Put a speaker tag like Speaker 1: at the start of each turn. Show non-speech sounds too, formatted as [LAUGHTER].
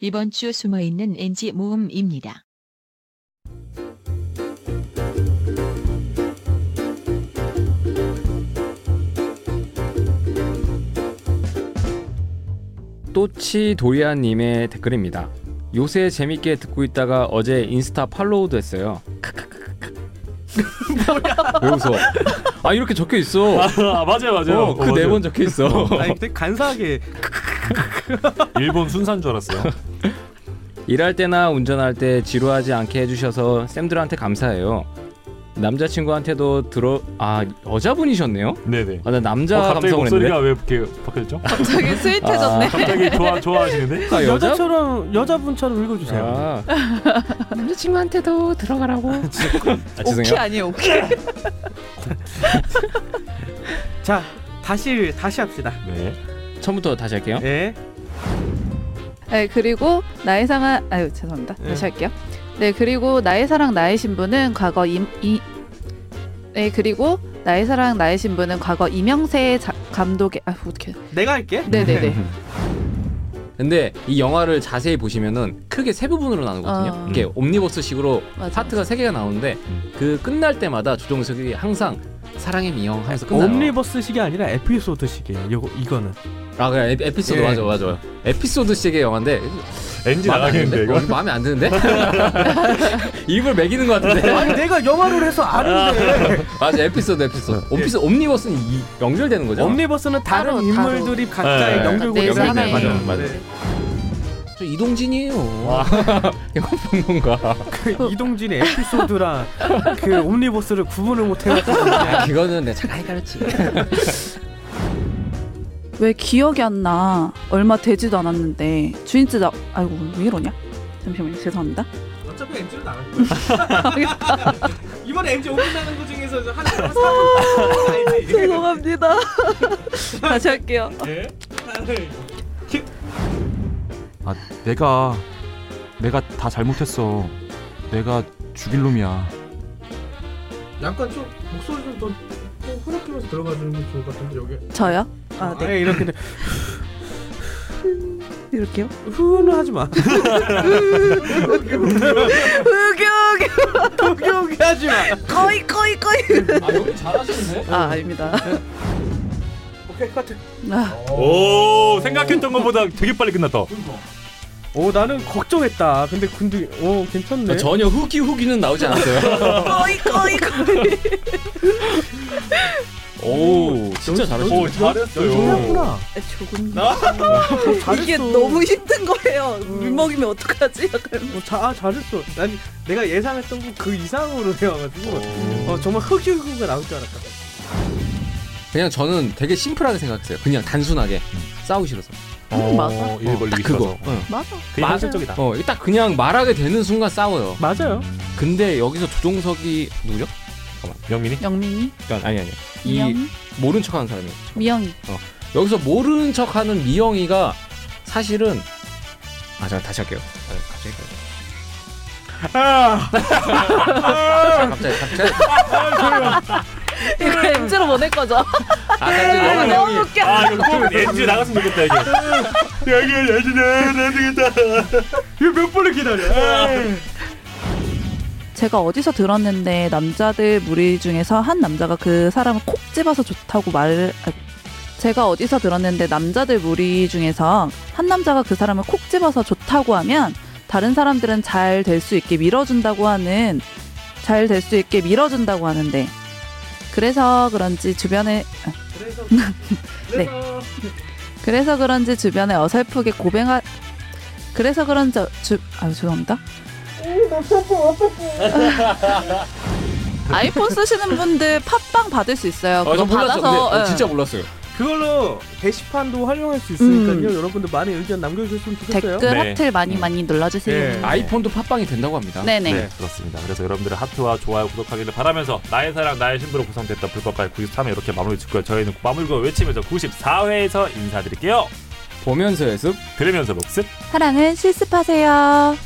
Speaker 1: 이번 주 숨어있는 NG 모음입니다.
Speaker 2: 또치 도리아님의 댓글입니다. 요새 재밌게 듣고 있다가 어제 인스타 팔로우도 했어요. 왜 웃어? 아 이렇게 적혀 있어.
Speaker 3: 아 맞아요 맞아요.
Speaker 2: 어, 그 네 번 적혀 있어.
Speaker 4: [LAUGHS] 아니 근데 간사하게
Speaker 3: 일본 순사인 줄 알았어요.
Speaker 2: 일할 때나 운전할 때 지루하지 않게 해주셔서 쌤들한테 감사해요. 남자친구한테도 들어 아 여자분이셨네요?
Speaker 3: 네네.
Speaker 2: 아나 남자
Speaker 3: 어, 갑자기
Speaker 2: 감성을
Speaker 3: 목소리가
Speaker 2: 했는데.
Speaker 3: 왜 이렇게
Speaker 2: [LAUGHS]
Speaker 3: 바뀌었죠?
Speaker 5: 되게 스윗해졌네.
Speaker 3: 갑자기 좋아 좋아하시는데?
Speaker 2: 아 여자?
Speaker 4: 여자처럼 여자분처럼 읽어주세요.
Speaker 2: 아. 남자친구한테도 들어가라고. [LAUGHS] 아,
Speaker 5: 오키
Speaker 2: 죄송해요.
Speaker 5: 아니에요 오키.
Speaker 4: 자 다시 다시 합시다.
Speaker 2: 아.
Speaker 3: 네.
Speaker 2: 처음부터 다시 할게요.
Speaker 4: 예.
Speaker 5: 네 그리고 나의 상한 아유 죄송합니다. 다시 할게요. 네 그리고 나의 사랑 나의 신부는 과거 임이 네 그리고 나의 사랑 나의 신부는 과거 이명세 자, 감독의 아 어떻게
Speaker 4: 내가 할게.
Speaker 5: 네네네.
Speaker 2: 근데 이 영화를 자세히 보시면은 크게 세 부분으로 나누거든요.
Speaker 5: 어.
Speaker 2: 이게 옴니버스식으로
Speaker 5: 맞아요.
Speaker 2: 파트가 세 개가 나오는데
Speaker 3: 음.
Speaker 2: 그 끝날 때마다 조종석이 항상 사랑의 미영 하면서 끝나요.
Speaker 4: 옴니버스식이 아니라 에피소드식이에요. 요거 이거는.
Speaker 2: 아 그래 에피- 에피소드
Speaker 4: 예.
Speaker 2: 맞아 맞아요. 에피소드식의 영화인데
Speaker 3: 엔지
Speaker 2: 마음에 안
Speaker 3: 나가겠는데
Speaker 2: 드는데?
Speaker 3: 이거.
Speaker 2: 어, 이거 마음에 안 드는데? [LAUGHS] 입을 매기는 것 같은데.
Speaker 4: [LAUGHS] 아니 내가 영화를 해서 아는데.
Speaker 2: [LAUGHS] 맞아 에피소드 에피소드. 옴피스 옴니버스는 이, 연결되는 거죠.
Speaker 4: 옴니버스는 다른
Speaker 5: 따로,
Speaker 4: 인물들이 각자의
Speaker 3: 네.
Speaker 5: 내
Speaker 4: 연결고리를
Speaker 5: 삶의-
Speaker 4: 하는
Speaker 2: 맞아요, 맞아요. 저 이동진이에요. [LAUGHS]
Speaker 3: 와.
Speaker 2: 이거 뭔가.
Speaker 4: 그 이동진의 에피소드랑 그 옴니버스를 구분을 못해가지고.
Speaker 2: 아, 그거는 내가 [LAUGHS]
Speaker 5: [LAUGHS]
Speaker 2: 잘 가르치.
Speaker 6: 왜 기억이 안 나? 얼마 되지도 않았는데 주인집 나 아이고 왜 이러냐? 잠시만요 죄송합니다.
Speaker 4: [LAUGHS] 어차피 엔지로 나갈 [LAUGHS] 거야. 이번에 엔지 오분 나는 거 중에서 한 사람
Speaker 2: 네.
Speaker 4: 사람
Speaker 5: [LAUGHS]
Speaker 6: 죄송합니다. 다시 할게요.
Speaker 4: 알지.
Speaker 7: 아 내가 내가 다 잘못했어 내가 죽일 놈이야
Speaker 8: 약간 좀 목소리 좀더 좀 흐느끼면서 들어가주는 게 좋을 것 같은데 여기
Speaker 6: 저요?
Speaker 4: 아,
Speaker 6: 아, 네.
Speaker 4: 네. 이렇게
Speaker 6: 이렇게요?
Speaker 4: 후는 하지 [LAUGHS] 마.
Speaker 6: 으교
Speaker 4: 후기 하지 마.
Speaker 6: 거의 거의 거의.
Speaker 2: 아 여기 잘하시는데?
Speaker 6: 아 아닙니다.
Speaker 4: 오케이 카트.
Speaker 2: 네.
Speaker 6: 아,
Speaker 3: 오 생각했던 것보다 되게 빨리 끝났다.
Speaker 4: 오 어, 나는 걱정했다. 근데 근데 오 괜찮네.
Speaker 2: 저 전혀 후기 후기는 나오지 않았어요.
Speaker 6: 거의 거의 거의.
Speaker 2: 오, 진짜
Speaker 3: 오
Speaker 2: 잘하시네.
Speaker 3: 잘했어요.
Speaker 4: 좋구나.
Speaker 6: 아, 조금
Speaker 4: 잘했어.
Speaker 6: 이게 너무 힘든 거예요. 물 먹이면 어떡하지? 약간
Speaker 4: 어, 자, 아, 잘했어. 난 내가 예상했던 거 그 이상으로 되어가지고 어 정말 흑이 흑이가 나올 줄 알았다.
Speaker 2: 그냥 저는 되게 심플하게 생각했어요. 그냥 단순하게 싸우기 싫어서.
Speaker 6: 맞아.
Speaker 3: 어, 일
Speaker 2: 딱
Speaker 3: 걸리기
Speaker 2: 그거.
Speaker 3: 싫어서.
Speaker 2: 어.
Speaker 6: 맞아.
Speaker 3: 그게 현실적이다.
Speaker 2: 어, 딱 그냥 말하게 되는 순간 싸워요.
Speaker 4: 맞아요.
Speaker 2: 근데 여기서 조종석이 누구죠?
Speaker 3: 영민이?
Speaker 6: 영민이,
Speaker 2: 아니 아니. 이
Speaker 6: 미영이,
Speaker 2: 모른 척하는 사람이.
Speaker 6: 미영이.
Speaker 2: 여기서 모르는 척하는 미영이가 사실은 아, 잠깐 다시 할게요. 아, 갑자기. 아! 갑자기 갑자기
Speaker 6: 이거
Speaker 2: [LAUGHS]
Speaker 6: MZ로 보낼 거죠?
Speaker 2: 아 갑자기 너무
Speaker 6: 너무 웃겨.
Speaker 3: 아 이거 꼭 엔지 나갔으면 좋겠다 [LAUGHS] 이게. 여기 엔지 나안 되겠다. 이거 몇 번을 기다려.
Speaker 6: 제가 어디서 들었는데 남자들 무리 중에서 한 남자가 그 사람을 콕 집어서 좋다고 말을 아, 제가 어디서 들었는데 남자들 무리 중에서 한 남자가 그 사람을 콕 집어서 좋다고 하면 다른 사람들은 잘 될 수 있게 밀어준다고 하는 잘 될 수 있게 밀어준다고 하는데 그래서 그런지 주변에
Speaker 8: 그래서
Speaker 6: 네. 그래서 그런지 주변에 어설프게 고백하 그래서 그런지 어- 주
Speaker 2: [LAUGHS]
Speaker 6: 아유 죄송합니다. 아이폰 쓰시는 분들 팟빵 받을 수 있어요.
Speaker 2: 아,
Speaker 6: 그거
Speaker 2: 저 몰랐어. 근데
Speaker 6: 받아서
Speaker 2: 어,
Speaker 6: 예.
Speaker 2: 진짜 몰랐어요.
Speaker 4: 그걸로 게시판도 활용할 수 있으니까요.
Speaker 6: 음.
Speaker 4: 여러분들 많은 의견 남겨주셨으면 좋겠어요.
Speaker 6: 댓글
Speaker 3: 네.
Speaker 6: 하트 많이 많이
Speaker 4: 네.
Speaker 6: 눌러주세요.
Speaker 2: 아이폰도 팟빵이 된다고 합니다.
Speaker 6: 네네.
Speaker 3: 네, 그렇습니다. 그래서 여러분들의 하트와 좋아요, 구독하기를 바라면서 나의 사랑, 나의 신부로 구성됐던 불법발 93회 이렇게 마무리 짓고요. 저희는 마무리고 외치면서 94회에서 인사드릴게요.
Speaker 2: 보면서 예습
Speaker 3: 들으면서 복습.
Speaker 6: 사랑은 실습하세요.